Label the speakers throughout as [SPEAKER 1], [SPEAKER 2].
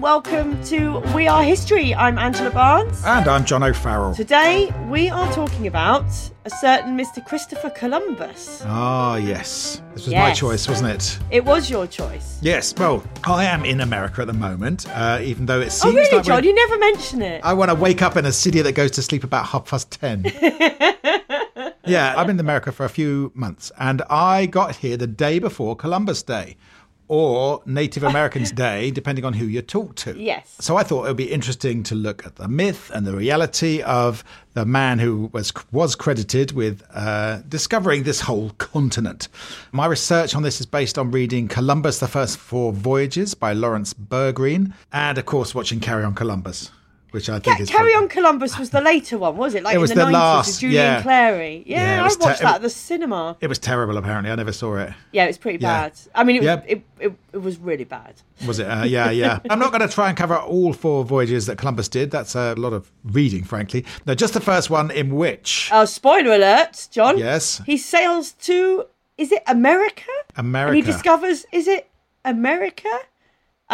[SPEAKER 1] welcome to We Are History. I'm Angela Barnes.
[SPEAKER 2] And I'm John O'Farrell.
[SPEAKER 1] Today we are talking about a certain Mr. Christopher Columbus.
[SPEAKER 2] Ah, yes. This was my
[SPEAKER 1] Yes.
[SPEAKER 2] choice, wasn't it?
[SPEAKER 1] It was your choice.
[SPEAKER 2] Yes, well, I am in America at the moment, uh, even though it seems
[SPEAKER 1] Oh, really,
[SPEAKER 2] like we're-
[SPEAKER 1] John? You never mention it.
[SPEAKER 2] I want to wake up in a city that goes to sleep about half past 10. yeah, I've been in America for a few months and I got here the day before Columbus Day or Native Americans Day, depending on who you talk to.
[SPEAKER 1] Yes.
[SPEAKER 2] So I thought it would be interesting to look at the myth and the reality of the man who was was credited with uh, discovering this whole continent. My research on this is based on reading Columbus: The First Four Voyages by Lawrence Bergreen, and of course watching Carry On Columbus, which I think
[SPEAKER 1] Ca-
[SPEAKER 2] is
[SPEAKER 1] Carry
[SPEAKER 2] probably-
[SPEAKER 1] On Columbus was the later one, was it? Like
[SPEAKER 2] It was
[SPEAKER 1] in the,
[SPEAKER 2] the
[SPEAKER 1] 90s
[SPEAKER 2] last,
[SPEAKER 1] with Julian
[SPEAKER 2] yeah.
[SPEAKER 1] Clary.
[SPEAKER 2] Yeah,
[SPEAKER 1] Yeah,
[SPEAKER 2] it
[SPEAKER 1] I
[SPEAKER 2] was
[SPEAKER 1] watched
[SPEAKER 2] te-
[SPEAKER 1] that at the cinema.
[SPEAKER 2] It was terrible. Apparently, I never saw it.
[SPEAKER 1] Yeah, it was pretty
[SPEAKER 2] Yeah.
[SPEAKER 1] bad. I mean, it was,
[SPEAKER 2] Yep.
[SPEAKER 1] it, it, it was really bad.
[SPEAKER 2] Was it? Uh, yeah, yeah. I'm not going to try and cover all four voyages that Columbus did. That's a lot of reading, frankly. No, just the first one in which
[SPEAKER 1] Oh, spoiler alert, John.
[SPEAKER 2] Yes.
[SPEAKER 1] He sails to, is it America? And
[SPEAKER 2] America.
[SPEAKER 1] he discovers, is it America?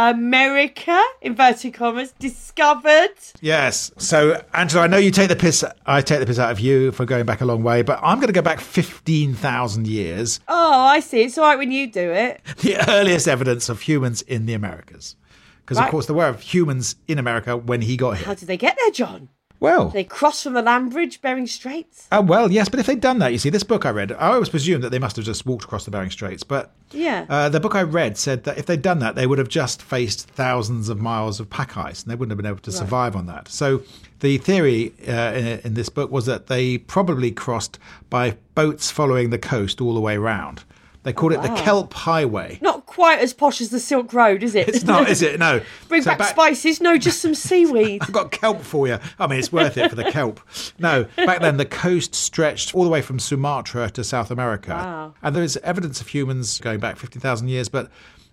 [SPEAKER 1] America, inverted commas, discovered.
[SPEAKER 2] Yes. So, Angela, I know you take the piss. I take the piss out of you for going back a long way, but I'm going to go back 15,000 years.
[SPEAKER 1] Oh, I see. It's all right when you do it.
[SPEAKER 2] The earliest evidence of humans in the Americas. Because, of
[SPEAKER 1] Right.
[SPEAKER 2] course, there were humans in America when he got
[SPEAKER 1] How
[SPEAKER 2] here.
[SPEAKER 1] did they get there, John?
[SPEAKER 2] Well,
[SPEAKER 1] They crossed from the land bridge, Bering Straits?
[SPEAKER 2] uh, well, yes, but if they'd done that, you see, this book I read, I always presumed that they must have just walked across the Bering Straits, but
[SPEAKER 1] Yeah.
[SPEAKER 2] Uh, the book I read said that if they'd done that, they would have just faced thousands of miles of pack ice and they wouldn't have been able to survive on that. So the theory uh, in, in this book was that they probably crossed by boats following the coast all the way round. They called it the Kelp Highway.
[SPEAKER 1] Not quite as posh as the Silk Road, is it?
[SPEAKER 2] It's not, is it? No.
[SPEAKER 1] Bring
[SPEAKER 2] So
[SPEAKER 1] back, spices. No, just some seaweed.
[SPEAKER 2] I've got kelp for you. I mean, it's worth it for the kelp. No, back then the coast stretched all the way from Sumatra to South America,
[SPEAKER 1] Wow.
[SPEAKER 2] and there is evidence of humans going back fifty thousand years, but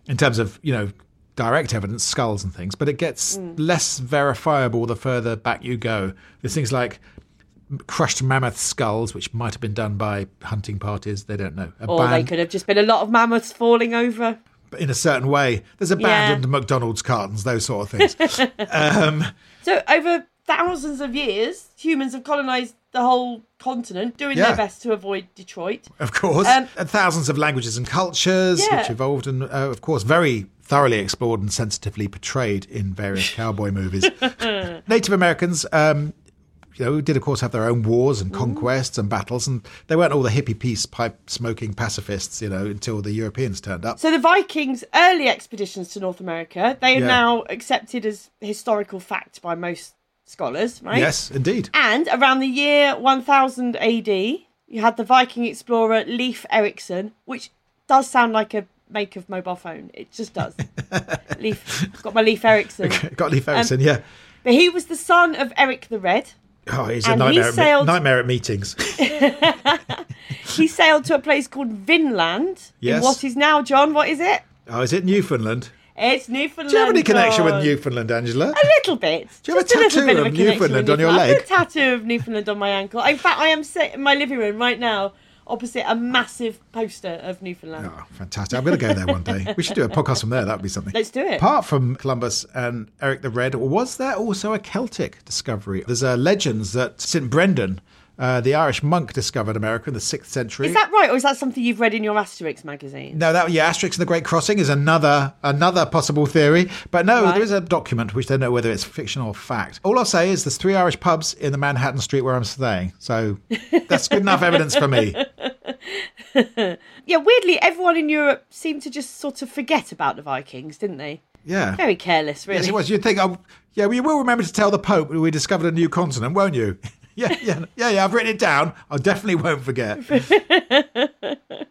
[SPEAKER 2] in terms of you know direct evidence, skulls and things, but it gets
[SPEAKER 1] Hmm.
[SPEAKER 2] less verifiable the further back you go. There's things like crushed mammoth skulls, which might have been done by hunting parties. They don't know. A
[SPEAKER 1] or Oh, they could have just been a lot of mammoths falling over.
[SPEAKER 2] in a certain way. There's abandoned McDonald's cartons, those sort of things.
[SPEAKER 1] So over thousands of years, humans have colonized the whole continent, doing
[SPEAKER 2] Yeah.
[SPEAKER 1] their best to avoid Detroit.
[SPEAKER 2] of course,
[SPEAKER 1] Um,
[SPEAKER 2] and thousands of languages and cultures
[SPEAKER 1] Yeah.
[SPEAKER 2] which evolved and, uh, of course, very thoroughly explored and sensitively portrayed in various cowboy movies. Native Americans, um, you know, did of course have their own wars
[SPEAKER 1] Mm.
[SPEAKER 2] and conquests and battles, and they weren't all the hippie peace pipe smoking pacifists, you know, until the Europeans turned up.
[SPEAKER 1] So the Vikings' early expeditions to North America, they are
[SPEAKER 2] Yeah.
[SPEAKER 1] now accepted as historical fact by most scholars, right?
[SPEAKER 2] Yes, indeed.
[SPEAKER 1] And around the year 1000 AD, you had the Viking explorer Leif Erikson, which does sound like a make of mobile phone. It just does. Leif, got my Leif Erikson.
[SPEAKER 2] Got Leif Erikson,
[SPEAKER 1] Um,
[SPEAKER 2] yeah.
[SPEAKER 1] But he was the son of Eric the Red.
[SPEAKER 2] Oh, he's a
[SPEAKER 1] and he
[SPEAKER 2] nightmare, at, me-
[SPEAKER 1] sailed-
[SPEAKER 2] nightmare at meetings.
[SPEAKER 1] He sailed to a place called Vinland.
[SPEAKER 2] Yes.
[SPEAKER 1] In what is now, John, what is it?
[SPEAKER 2] oh, is it Newfoundland?
[SPEAKER 1] It's Newfoundland.
[SPEAKER 2] Do you have any connection with
[SPEAKER 1] John.
[SPEAKER 2] Newfoundland, Angela?
[SPEAKER 1] A little bit.
[SPEAKER 2] Do you have
[SPEAKER 1] Just
[SPEAKER 2] a
[SPEAKER 1] little
[SPEAKER 2] tattoo
[SPEAKER 1] bit of,
[SPEAKER 2] of
[SPEAKER 1] a connection
[SPEAKER 2] Newfoundland
[SPEAKER 1] with
[SPEAKER 2] on your
[SPEAKER 1] Newfoundland.
[SPEAKER 2] leg?
[SPEAKER 1] I've got a tattoo of Newfoundland on my ankle. In fact, I am sitting in my living room right now opposite a massive poster of Newfoundland.
[SPEAKER 2] Oh, fantastic. I'm going to go there one day. We should do a podcast from there. That would be something.
[SPEAKER 1] Let's do it.
[SPEAKER 2] Apart from Columbus and Eric the Red, was there also a Celtic discovery? There's uh, legends that St. Brendan, uh, the Irish monk, discovered America in the 6th century.
[SPEAKER 1] Is that right, or is that something you've read in your Asterix magazine?
[SPEAKER 2] No, that yeah, Asterix and the Great Crossing is another another possible theory. But no,
[SPEAKER 1] Right.
[SPEAKER 2] there is a document which don't know whether it's fiction or fact. All I'll say is there's three Irish pubs in the Manhattan street where I'm staying. So that's good enough evidence for me.
[SPEAKER 1] Yeah, weirdly, everyone in Europe seemed to just sort of forget about the Vikings, didn't they?
[SPEAKER 2] Yeah.
[SPEAKER 1] Very careless, really.
[SPEAKER 2] Yes, it was. You'd think, oh, yeah, well, you will remember to tell the Pope that we discovered a new continent, won't you? yeah, yeah, yeah, yeah. I've written it down. I definitely won't forget.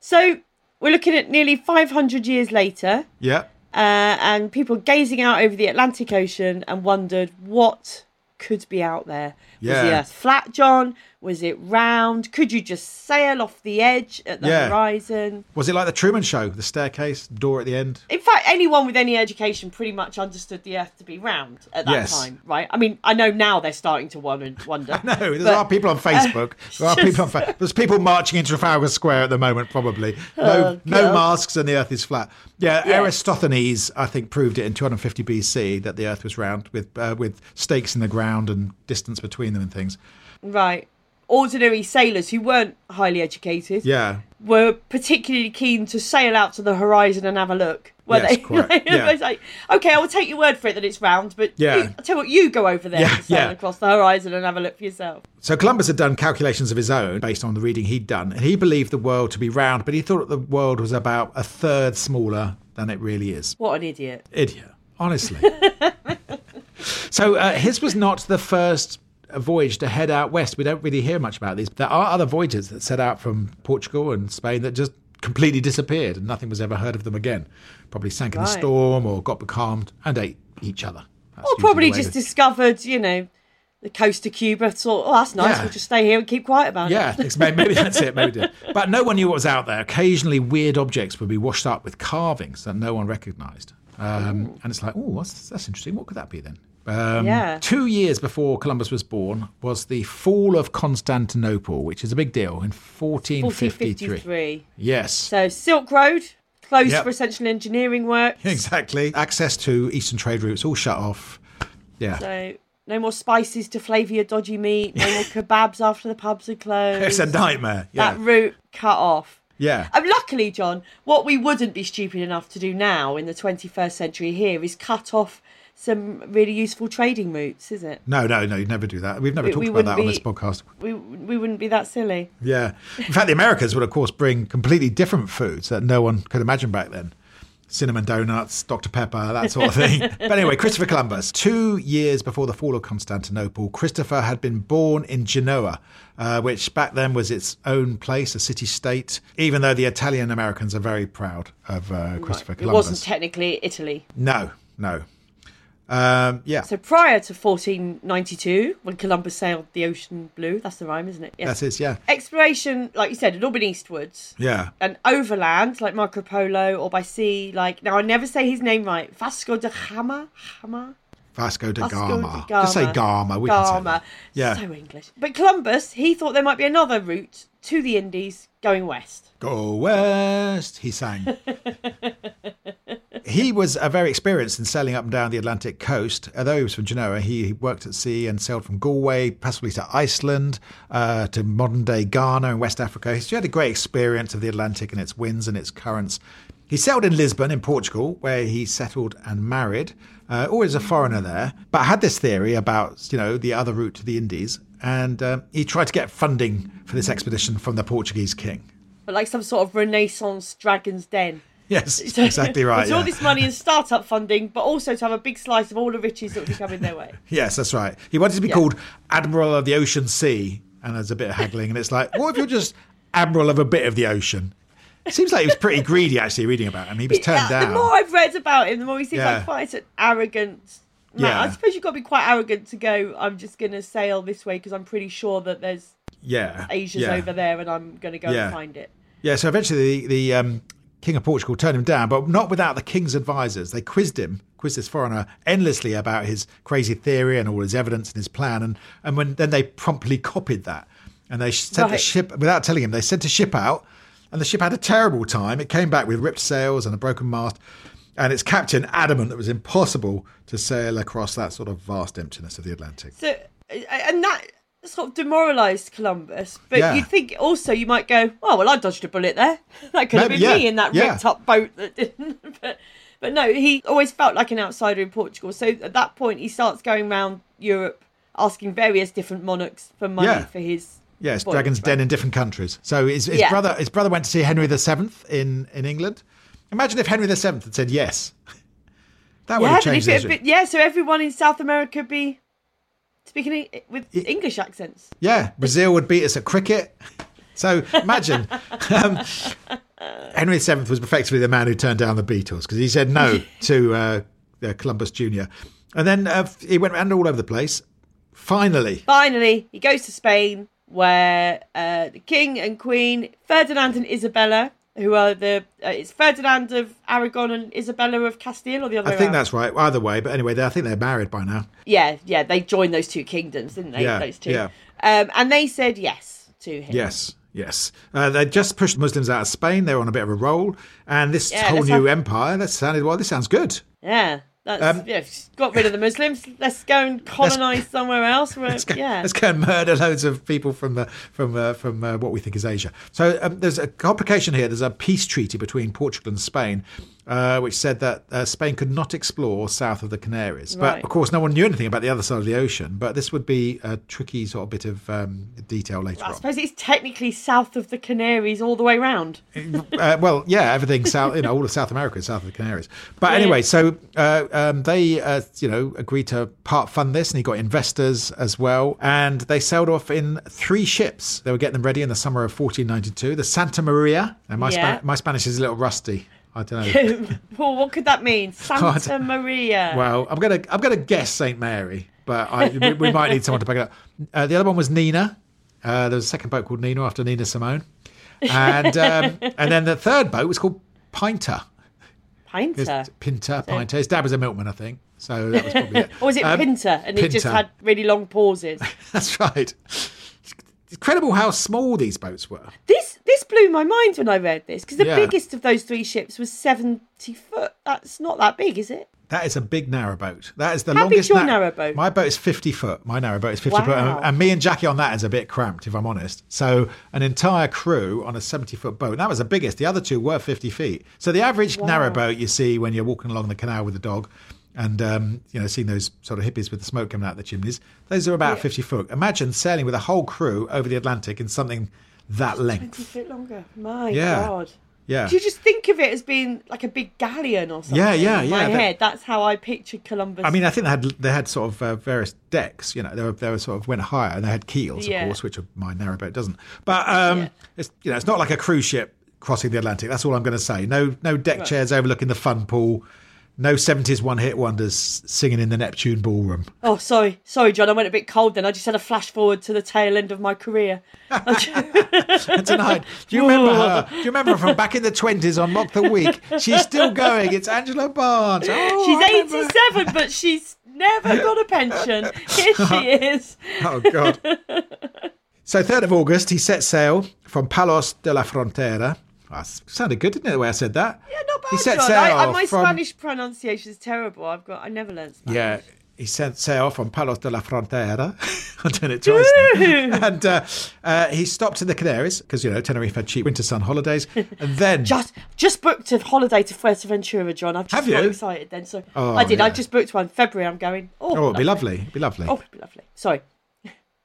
[SPEAKER 1] So we're looking at nearly 500 years later,
[SPEAKER 2] Yeah.
[SPEAKER 1] uh, and people gazing out over the Atlantic Ocean and wondered what could be out there. Was the
[SPEAKER 2] Yeah.
[SPEAKER 1] Earth flat, John? Was it round? Could you just sail off the edge at the
[SPEAKER 2] Yeah.
[SPEAKER 1] horizon?
[SPEAKER 2] Was it like the Truman Show? The staircase, door at the end.
[SPEAKER 1] In fact, anyone with any education pretty much understood the Earth to be round at that
[SPEAKER 2] Yes.
[SPEAKER 1] time, right? I mean, I know now they're starting to wonder. wonder
[SPEAKER 2] No, there
[SPEAKER 1] but-
[SPEAKER 2] are people on Facebook. there are people on fa- There's people marching in Trafalgar Square at the moment, probably. No, no
[SPEAKER 1] Oh, God.
[SPEAKER 2] masks and the Earth is flat. Yeah,
[SPEAKER 1] Yeah.
[SPEAKER 2] Aristophanes, I think, proved it in 250 BC that the Earth was round with uh, with stakes in the ground and distance between them and things.
[SPEAKER 1] Right. Ordinary sailors who weren't highly educated
[SPEAKER 2] Yeah,
[SPEAKER 1] were particularly keen to sail out to the horizon and have a look. Were
[SPEAKER 2] Yes,
[SPEAKER 1] they?
[SPEAKER 2] correct.
[SPEAKER 1] Like,
[SPEAKER 2] Yeah.
[SPEAKER 1] it's like, okay, I will take your word for it that it's round, but
[SPEAKER 2] Yeah.
[SPEAKER 1] you, I tell you what, you go over there
[SPEAKER 2] Yeah,
[SPEAKER 1] and sail
[SPEAKER 2] yeah.
[SPEAKER 1] across the horizon and have a look for yourself.
[SPEAKER 2] So Columbus had done calculations of his own based on the reading he'd done, and he believed the world to be round, but he thought the world was about a third smaller than it really is.
[SPEAKER 1] What an idiot!
[SPEAKER 2] Idiot, honestly. so uh, his was not the first voyage to head out west. We don't really hear much about these. There are other voyages that set out from Portugal and Spain that just completely disappeared, and nothing was ever heard of them again. Probably sank in a
[SPEAKER 1] Right.
[SPEAKER 2] storm or got becalmed and ate each other. That's
[SPEAKER 1] Or
[SPEAKER 2] usually
[SPEAKER 1] probably
[SPEAKER 2] the way
[SPEAKER 1] just
[SPEAKER 2] that-
[SPEAKER 1] discovered, you know, the coast of Cuba. Thought, oh, that's nice.
[SPEAKER 2] Yeah.
[SPEAKER 1] We'll just stay here and keep quiet about it.
[SPEAKER 2] Yeah, it's- maybe, maybe that's it. Maybe it did. But no one knew what was out there. Occasionally, weird objects would be washed up with carvings that no one recognised. Um, and it's like, oh, what's, that's interesting. What could that be then? Um,
[SPEAKER 1] Yeah.
[SPEAKER 2] Two years before Columbus was born was the fall of Constantinople, which is a big deal in 1453.
[SPEAKER 1] 1453.
[SPEAKER 2] Yes.
[SPEAKER 1] So Silk Road closed
[SPEAKER 2] Yep.
[SPEAKER 1] for essential engineering work.
[SPEAKER 2] exactly. Access to eastern trade routes all shut off. Yeah.
[SPEAKER 1] So no more spices to flavour your dodgy meat. No more kebabs after the pubs are closed.
[SPEAKER 2] it's a nightmare. Yeah.
[SPEAKER 1] that route cut off.
[SPEAKER 2] yeah.
[SPEAKER 1] And luckily, John, what we wouldn't be stupid enough to do now in the 21st century here is cut off some really useful trading routes, is it?
[SPEAKER 2] No, no, no, you'd never do that. We've never
[SPEAKER 1] We-
[SPEAKER 2] talked
[SPEAKER 1] we
[SPEAKER 2] about that on
[SPEAKER 1] wouldn't be-
[SPEAKER 2] this podcast.
[SPEAKER 1] We we wouldn't be that silly.
[SPEAKER 2] Yeah. In fact, the Americans would, of course, bring completely different foods that no one could imagine back then cinnamon donuts, Dr. Pepper, that sort of thing. but anyway, Christopher Columbus, two years before the fall of Constantinople, Christopher had been born in Genoa, uh, which back then was its own place, a city state, even though the Italian Americans are very proud of uh, Christopher
[SPEAKER 1] It
[SPEAKER 2] Columbus.
[SPEAKER 1] wasn't technically Italy.
[SPEAKER 2] no, no. Um, yeah.
[SPEAKER 1] So prior to 1492, when Columbus sailed the ocean blue, that's the rhyme, isn't it? Yes.
[SPEAKER 2] that is, yeah.
[SPEAKER 1] Exploration, like you said, had all been eastwards.
[SPEAKER 2] Yeah.
[SPEAKER 1] and overland, like Marco Polo, or by sea, like now I never say his name right. Vasco da Gama, Gama,
[SPEAKER 2] Vasco da
[SPEAKER 1] Vasco
[SPEAKER 2] Gama.
[SPEAKER 1] da
[SPEAKER 2] Just say Gama. We Can say
[SPEAKER 1] Gama.
[SPEAKER 2] that. Yeah.
[SPEAKER 1] so English. But Columbus, he thought there might be another route to the Indies going west.
[SPEAKER 2] Go west, he sang. he was uh, very experienced in sailing up and down the Atlantic coast. Although he was from Genoa, he worked at sea and sailed from Galway, possibly to Iceland, uh, to modern day Ghana and West Africa. He had a great experience of the Atlantic and its winds and its currents. He sailed in Lisbon, in Portugal, where he settled and married. Uh, always a foreigner there, but had this theory about you know the other route to the Indies, and uh, he tried to get funding for this expedition from the Portuguese king.
[SPEAKER 1] But like some sort of Renaissance dragon's den.
[SPEAKER 2] Yes, exactly right.
[SPEAKER 1] It's all
[SPEAKER 2] yeah.
[SPEAKER 1] this money and startup funding, but also to have a big slice of all the riches that would be coming their way.
[SPEAKER 2] Yes, that's right. He wanted to be
[SPEAKER 1] Yeah.
[SPEAKER 2] called Admiral of the Ocean Sea, and there's a bit of haggling, and it's like, what if you're just Admiral of a bit of the ocean? It seems like he was pretty greedy, actually, reading about him. He was turned
[SPEAKER 1] Yeah,
[SPEAKER 2] down.
[SPEAKER 1] The more I've read about him, the more he seems
[SPEAKER 2] Yeah.
[SPEAKER 1] like quite an arrogant man.
[SPEAKER 2] Yeah.
[SPEAKER 1] I suppose you've got to be quite arrogant to go, I'm just going to sail this way because I'm pretty sure that there's
[SPEAKER 2] yeah,
[SPEAKER 1] Asia's
[SPEAKER 2] yeah.
[SPEAKER 1] over there and I'm going to go
[SPEAKER 2] Yeah.
[SPEAKER 1] and find it.
[SPEAKER 2] Yeah, so eventually the, the um, King of Portugal turned him down, but not without the King's advisors. They quizzed him, quizzed this foreigner endlessly about his crazy theory and all his evidence and his plan. And, and when, then they promptly copied that. And they sent a
[SPEAKER 1] Right.
[SPEAKER 2] ship, without telling him, they sent a ship out, and the ship had a terrible time. It came back with ripped sails and a broken mast. And its captain adamant that it was impossible to sail across that sort of vast emptiness of the Atlantic.
[SPEAKER 1] So, and that sort of demoralised Columbus. But
[SPEAKER 2] Yeah.
[SPEAKER 1] you'd think also you might go, oh, well, I dodged a bullet there. That could have
[SPEAKER 2] Maybe,
[SPEAKER 1] been
[SPEAKER 2] yeah,
[SPEAKER 1] me in that
[SPEAKER 2] yeah.
[SPEAKER 1] ripped up boat that didn't. But, but no, he always felt like an outsider in Portugal. So at that point, he starts going round Europe asking various different monarchs for money
[SPEAKER 2] Yeah.
[SPEAKER 1] for his.
[SPEAKER 2] Yeah, it's
[SPEAKER 1] voyage,
[SPEAKER 2] Dragon's
[SPEAKER 1] right?
[SPEAKER 2] Den in different countries. So his, his
[SPEAKER 1] Yeah.
[SPEAKER 2] brother his brother went to see Henry VII in, in England. Imagine if Henry VII had said yes. That would
[SPEAKER 1] Yeah,
[SPEAKER 2] have
[SPEAKER 1] but if
[SPEAKER 2] changed the
[SPEAKER 1] it,
[SPEAKER 2] history.
[SPEAKER 1] but yeah, so everyone in South America would be speaking in, with English accents.
[SPEAKER 2] Yeah, Brazil would beat us at cricket. So imagine um, Henry VII was effectively the man who turned down the Beatles because he said no to uh, uh, Columbus Jr. And then uh, he went around all over the place. Finally,
[SPEAKER 1] Finally, he goes to Spain, where uh, the king and queen, Ferdinand and Isabella, who are the uh, it's Ferdinand of Aragon and Isabella of Castile, or the other.
[SPEAKER 2] I
[SPEAKER 1] way
[SPEAKER 2] think
[SPEAKER 1] around?
[SPEAKER 2] that's right. Either way, but anyway, they, I think they're married by now.
[SPEAKER 1] yeah, yeah. They joined those two kingdoms, didn't they?
[SPEAKER 2] Yeah,
[SPEAKER 1] those two.
[SPEAKER 2] yeah.
[SPEAKER 1] Um, and they said yes to him.
[SPEAKER 2] Yes, yes. Uh, they just pushed Muslims out of Spain. They were on a bit of a roll, and this
[SPEAKER 1] Yeah,
[SPEAKER 2] whole
[SPEAKER 1] let's
[SPEAKER 2] new
[SPEAKER 1] have-
[SPEAKER 2] empire. That sounded well. This sounds good.
[SPEAKER 1] Yeah, that's
[SPEAKER 2] Um,
[SPEAKER 1] yeah, got rid of the Muslims. Let's go and colonize somewhere else. Where,
[SPEAKER 2] Let's go,
[SPEAKER 1] yeah,
[SPEAKER 2] let's go and murder loads of people from uh, from uh, from uh, what we think is Asia. So um, there's a complication here. There's a peace treaty between Portugal and Spain, uh, which said that uh, Spain could not explore south of the Canaries. But
[SPEAKER 1] Right.
[SPEAKER 2] of course, no one knew anything about the other side of the ocean. But this would be a tricky sort of bit of um, detail later
[SPEAKER 1] I
[SPEAKER 2] on.
[SPEAKER 1] suppose it's technically south of the Canaries all the way round.
[SPEAKER 2] uh, well, yeah, everything south, you know, all of South America, is south of the Canaries. But anyway, so uh, um, they, uh, you know, agreed to part fund this, and he got investors as well, and they sailed off in three ships. They were getting them ready in the summer of 1492. The Santa Maria, and my,
[SPEAKER 1] Yeah.
[SPEAKER 2] Spa- my Spanish is a little rusty. I don't know.
[SPEAKER 1] well, what could that mean? Santa Maria.
[SPEAKER 2] well, I'm gonna, I'm gonna guess Saint Mary, but I, we, we might need someone to pick it up. Uh, the other one was Nina. Uh, there was a second boat called Nina after Nina Simone, and um, and then the third boat was called Pinter.
[SPEAKER 1] Pinter.
[SPEAKER 2] It's Pinter, Pinter. His dad was a milkman, I think. So that was probably it.
[SPEAKER 1] Or was it
[SPEAKER 2] Um,
[SPEAKER 1] Pinter? And it just
[SPEAKER 2] Pinter.
[SPEAKER 1] had really long pauses.
[SPEAKER 2] That's right. It's incredible how small these boats were.
[SPEAKER 1] This this blew my mind when I read this because the
[SPEAKER 2] Yeah.
[SPEAKER 1] biggest of those three ships was seventy foot. That's not that big, is it?
[SPEAKER 2] That is a big narrow boat. That is the
[SPEAKER 1] How big's
[SPEAKER 2] longest.
[SPEAKER 1] your narrow boat?
[SPEAKER 2] My boat is 50 foot. My narrow boat is 50 foot.
[SPEAKER 1] Wow.
[SPEAKER 2] And, and me and Jackie on that is a bit cramped, if I'm honest. So, an entire crew on a 70 foot boat. That was the biggest. The other two were 50 feet. So, the average narrow boat you see when you're walking along the canal with the dog and, um, you know, seeing those sort of hippies with the smoke coming out the chimneys, those are about 50 foot. Imagine sailing with a whole crew over the Atlantic in something that
[SPEAKER 1] Twenty
[SPEAKER 2] length.
[SPEAKER 1] foot longer. My
[SPEAKER 2] Yeah.
[SPEAKER 1] god.
[SPEAKER 2] Yeah.
[SPEAKER 1] Do you just think of it as being like a big galleon or something?
[SPEAKER 2] Yeah, yeah,
[SPEAKER 1] In my
[SPEAKER 2] yeah, that-
[SPEAKER 1] head, that's how I pictured Columbus.
[SPEAKER 2] I mean, I think they had they had sort of uh, various decks. You know, they were they were sort of went higher, and they had keels,
[SPEAKER 1] Yeah.
[SPEAKER 2] of course, which my narrowboat doesn't. But um,
[SPEAKER 1] Yeah.
[SPEAKER 2] it's you know, it's not like a cruise ship crossing the Atlantic. That's all I'm going to say. No, no deck chairs overlooking the fun pool. No '70s one-hit wonders singing in the Neptune ballroom.
[SPEAKER 1] oh, sorry, sorry, John. I went a bit cold then. I just had a flash forward to the tail end of my career. Oh, I ju-
[SPEAKER 2] And tonight, do you remember her? Do you remember her from back in the '20s on Mock the Week? She's still going. It's Angela Barnes. Oh,
[SPEAKER 1] she's
[SPEAKER 2] I remember her.
[SPEAKER 1] eighty-seven, but she's never got a pension. Here she is.
[SPEAKER 2] Oh God. so third of August, he set sail from Palos de la Frontera. Ah, s- sounded good, didn't it? The way I said that.
[SPEAKER 1] Yeah, not bad,
[SPEAKER 2] He set
[SPEAKER 1] John.
[SPEAKER 2] sail
[SPEAKER 1] I, I, my
[SPEAKER 2] from-
[SPEAKER 1] Spanish pronunciation is terrible. I've got. I never learned Spanish.
[SPEAKER 2] Yeah, he set sail from Palos de la Frontera. I'm doing it twice. now. and uh, uh, he stopped in the Canaries because you know Tenerife had cheap winter sun holidays. And then
[SPEAKER 1] Just just booked a holiday to Fuerteventura, John. I've just
[SPEAKER 2] Have
[SPEAKER 1] got
[SPEAKER 2] you?
[SPEAKER 1] excited then. So
[SPEAKER 2] Oh,
[SPEAKER 1] I did. I
[SPEAKER 2] yeah.
[SPEAKER 1] just booked one. February. I'm going. Oh,
[SPEAKER 2] oh, it'd be lovely. It'd be lovely.
[SPEAKER 1] Oh, it'd be lovely. Sorry.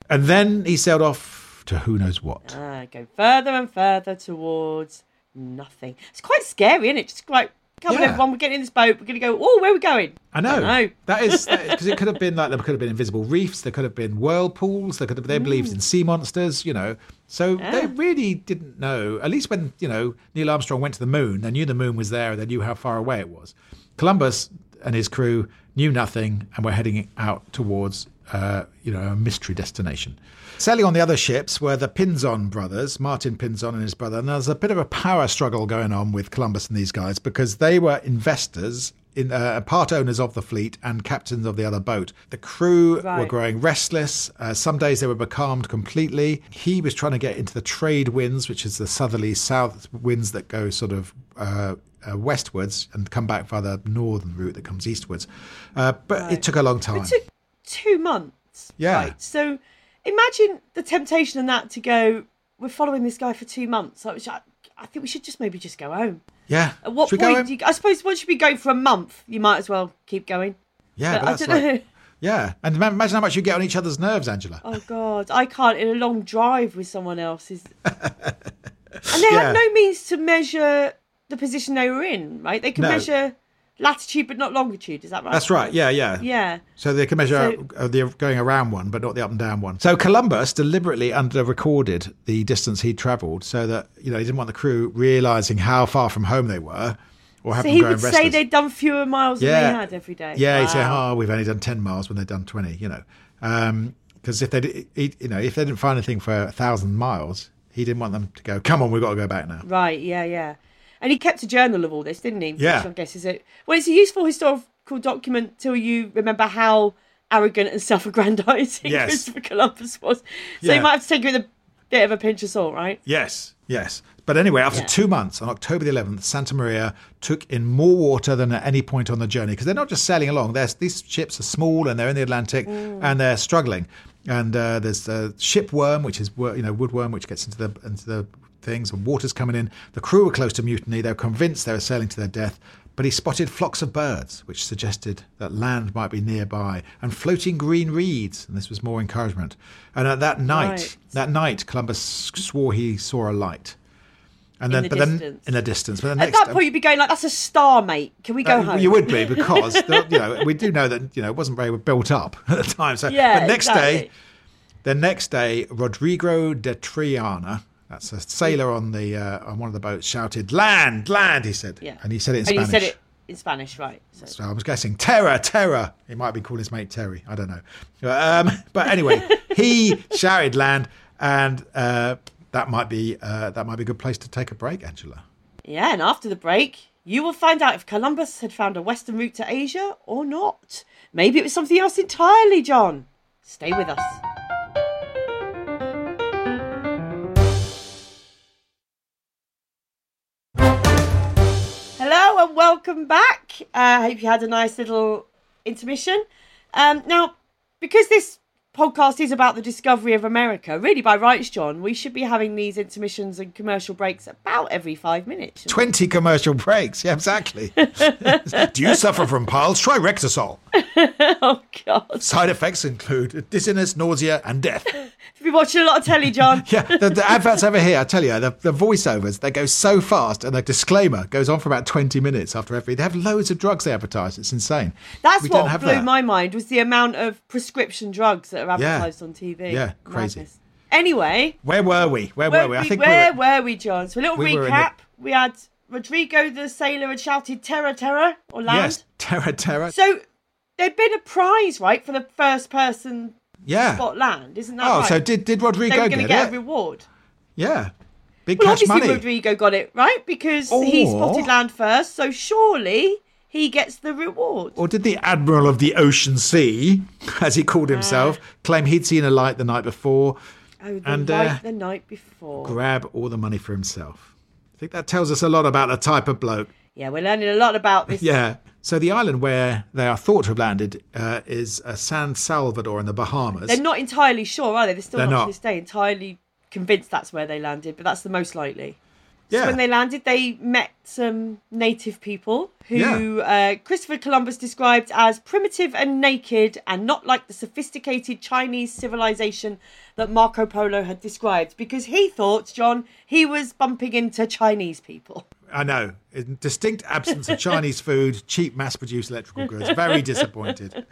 [SPEAKER 2] And then he sailed off to who knows what.
[SPEAKER 1] Uh, go further and further towards nothing. It's quite scary, isn't it? Just like, come on,
[SPEAKER 2] Yeah.
[SPEAKER 1] everyone, we're getting in this boat. We're going to go, oh, where are we going?
[SPEAKER 2] I know.
[SPEAKER 1] I know.
[SPEAKER 2] That is because it could have been like there could have been invisible reefs, there could have been whirlpools, there could have they
[SPEAKER 1] Mm.
[SPEAKER 2] believed in sea monsters, you know. So they really didn't know. At least when you know Neil Armstrong went to the moon, they knew the moon was there, they knew how far away it was. Columbus and his crew knew nothing, and were heading out towards uh, you know a mystery destination. Sailing on the other ships were the Pinzon brothers, Martin Pinzon and his brother, and there was a bit of a power struggle going on with Columbus and these guys because they were investors in uh, part owners of the fleet and captains of the other boat. The crew were
[SPEAKER 1] Right.
[SPEAKER 2] growing restless. Uh, some days they were becalmed completely. He was trying to get into the trade winds, which is the southerly south winds that go sort of uh, uh, westwards and come back via the northern route that comes eastwards. Uh, but it took a long time.
[SPEAKER 1] It took two months.
[SPEAKER 2] Yeah.
[SPEAKER 1] Right. So imagine the temptation in that to go, we're following this guy for two months. I, I, I think we should just maybe just go home.
[SPEAKER 2] yeah.
[SPEAKER 1] At what
[SPEAKER 2] Should we go
[SPEAKER 1] point
[SPEAKER 2] home?
[SPEAKER 1] do you, I suppose once you've been going for a month, you might as well keep going.
[SPEAKER 2] yeah, but
[SPEAKER 1] I
[SPEAKER 2] that's
[SPEAKER 1] don't
[SPEAKER 2] like-
[SPEAKER 1] know.
[SPEAKER 2] yeah. And ma- imagine how much you get on each other's nerves, Angela.
[SPEAKER 1] Oh God, I can't in a long drive with someone else. Is and they
[SPEAKER 2] Yeah.
[SPEAKER 1] had no means to measure the position they were in, right? They can
[SPEAKER 2] No.
[SPEAKER 1] measure latitude but not longitude. Is that right?
[SPEAKER 2] That's right. Yeah, yeah.
[SPEAKER 1] Yeah.
[SPEAKER 2] So they can measure
[SPEAKER 1] So-
[SPEAKER 2] uh, the going around one, but not the up and down one. So Columbus deliberately under-recorded the distance he travelled, so that you know he didn't want the crew realising how far from home they were, or have
[SPEAKER 1] So
[SPEAKER 2] them
[SPEAKER 1] he
[SPEAKER 2] going
[SPEAKER 1] would
[SPEAKER 2] restless.
[SPEAKER 1] say they'd done fewer miles than
[SPEAKER 2] Yeah.
[SPEAKER 1] they had every day.
[SPEAKER 2] yeah, he'd say, "Ah,
[SPEAKER 1] Wow.
[SPEAKER 2] "Oh, we've only done ten miles when they've done twenty, You know. Um, because if they, di- he, you know, if they didn't find anything for a thousand miles, he didn't want them to go. Come on, we've got to go back now.
[SPEAKER 1] Right, yeah, yeah. And he kept a journal of all this, didn't he?
[SPEAKER 2] Yeah.
[SPEAKER 1] Which I guess is it. Well, it's a useful historical document till you remember how arrogant and self-aggrandizing
[SPEAKER 2] Yes.
[SPEAKER 1] Christopher Columbus was. So
[SPEAKER 2] Yeah.
[SPEAKER 1] you might have to take it with a bit of a pinch of salt, right?
[SPEAKER 2] Yes, yes. But anyway, after
[SPEAKER 1] Yeah.
[SPEAKER 2] two months, on October the 11th, Santa Maria took in more water than at any point on the journey because they're not just sailing along. They're, these ships are small and they're in the Atlantic
[SPEAKER 1] Mm.
[SPEAKER 2] and they're struggling. And uh, there's the ship worm, which is wor- you know wood worm, which gets into the into the things. And water's coming in. The crew were close to mutiny. They were convinced they were sailing to their death. But he spotted flocks of birds, which suggested that land might be nearby, and floating green reeds. And this was more encouragement. And at that night,
[SPEAKER 1] Right.
[SPEAKER 2] that night, Columbus swore he saw a light,
[SPEAKER 1] In
[SPEAKER 2] and then
[SPEAKER 1] the
[SPEAKER 2] but then
[SPEAKER 1] distance.
[SPEAKER 2] in the distance. But the
[SPEAKER 1] At
[SPEAKER 2] next
[SPEAKER 1] that point, you'd be going like, "That's a star, mate. Can we go
[SPEAKER 2] uh,
[SPEAKER 1] home?"
[SPEAKER 2] you would be because the- you know we do know that you know it wasn't very built up at the time. So
[SPEAKER 1] Yeah.
[SPEAKER 2] the next
[SPEAKER 1] exactly.
[SPEAKER 2] day, the next day, Rodrigo de Triana. That's a sailor on the uh, on one of the boats. Shouted, "Land, land!" He said,
[SPEAKER 1] Yeah.
[SPEAKER 2] and he said it in
[SPEAKER 1] and
[SPEAKER 2] Spanish.
[SPEAKER 1] he said it in Spanish, right? So.
[SPEAKER 2] So I was guessing Terra, Terra. He might be calling his mate Terry. I don't know. Um, but anyway, he shouted land, and uh, that might be uh, that might be a good place to take a break, Angela.
[SPEAKER 1] Yeah, and after the break, you will find out if Columbus had found a western route to Asia or not. Maybe it was something else entirely, John. Stay with us. Hello and welcome back. Uh, I hope you had a nice little intermission. Um, now, because this podcast is about the discovery of America, really by rights, John, we should be having these intermissions and commercial breaks about every five minutes. shouldn't
[SPEAKER 2] Twenty commercial breaks. Yeah, exactly. Do you suffer from piles? Try Rectisol.
[SPEAKER 1] we? oh, God.
[SPEAKER 2] Side effects include dizziness, nausea, and death.
[SPEAKER 1] You've been watching a lot of telly, John.
[SPEAKER 2] Yeah, the, the adverts over here, I tell you, the, the voiceovers, they go so fast, and the disclaimer goes on for about 20 minutes after every. They have loads of drugs they advertise. It's insane.
[SPEAKER 1] That's
[SPEAKER 2] We don't
[SPEAKER 1] what
[SPEAKER 2] have
[SPEAKER 1] blew
[SPEAKER 2] that.
[SPEAKER 1] my mind was the amount of prescription drugs that are advertised on TV.
[SPEAKER 2] Yeah, crazy.
[SPEAKER 1] Madness. Anyway,
[SPEAKER 2] Where were we? Where were
[SPEAKER 1] where,
[SPEAKER 2] we?
[SPEAKER 1] we,
[SPEAKER 2] I think we
[SPEAKER 1] where
[SPEAKER 2] were.
[SPEAKER 1] were we, John? So a little
[SPEAKER 2] we were in the-
[SPEAKER 1] recap. We had Rodrigo the sailor had shouted "Terra, Terra" or land.
[SPEAKER 2] Yes, Terra Terra.
[SPEAKER 1] So there'd been a prize, right, for the first person
[SPEAKER 2] yeah.
[SPEAKER 1] spot land, isn't that
[SPEAKER 2] Oh,
[SPEAKER 1] right?
[SPEAKER 2] so did did Rodrigo
[SPEAKER 1] they were
[SPEAKER 2] get,
[SPEAKER 1] going to get
[SPEAKER 2] it?
[SPEAKER 1] a reward.
[SPEAKER 2] yeah, big
[SPEAKER 1] Well,
[SPEAKER 2] cash
[SPEAKER 1] obviously
[SPEAKER 2] money.
[SPEAKER 1] Rodrigo got it right because he
[SPEAKER 2] Or-
[SPEAKER 1] spotted land first. So surely he gets the reward.
[SPEAKER 2] Or did the Admiral of the Ocean Sea, as he
[SPEAKER 1] Uh.
[SPEAKER 2] called himself, claim he'd seen a light the night before,
[SPEAKER 1] oh, the
[SPEAKER 2] and,
[SPEAKER 1] night
[SPEAKER 2] uh,
[SPEAKER 1] the night before.
[SPEAKER 2] grab all the money for himself? I think that tells us a lot about the type of bloke.
[SPEAKER 1] yeah, we're learning a lot about this.
[SPEAKER 2] Yeah. So the island where they are thought to have landed uh, is uh, San Salvador in the Bahamas.
[SPEAKER 1] They're not entirely sure, are they? They're still
[SPEAKER 2] They're
[SPEAKER 1] not,
[SPEAKER 2] not.
[SPEAKER 1] to this day entirely convinced that's where they landed, but that's the most likely.
[SPEAKER 2] yeah.
[SPEAKER 1] So when they landed, they met some native people who uh, Christopher Columbus described as primitive and naked and not like the sophisticated Chinese civilization that Marco Polo had described because he thought, John, he was bumping into Chinese people.
[SPEAKER 2] I know. In distinct absence of Chinese food, cheap mass produced electrical goods. Very disappointed.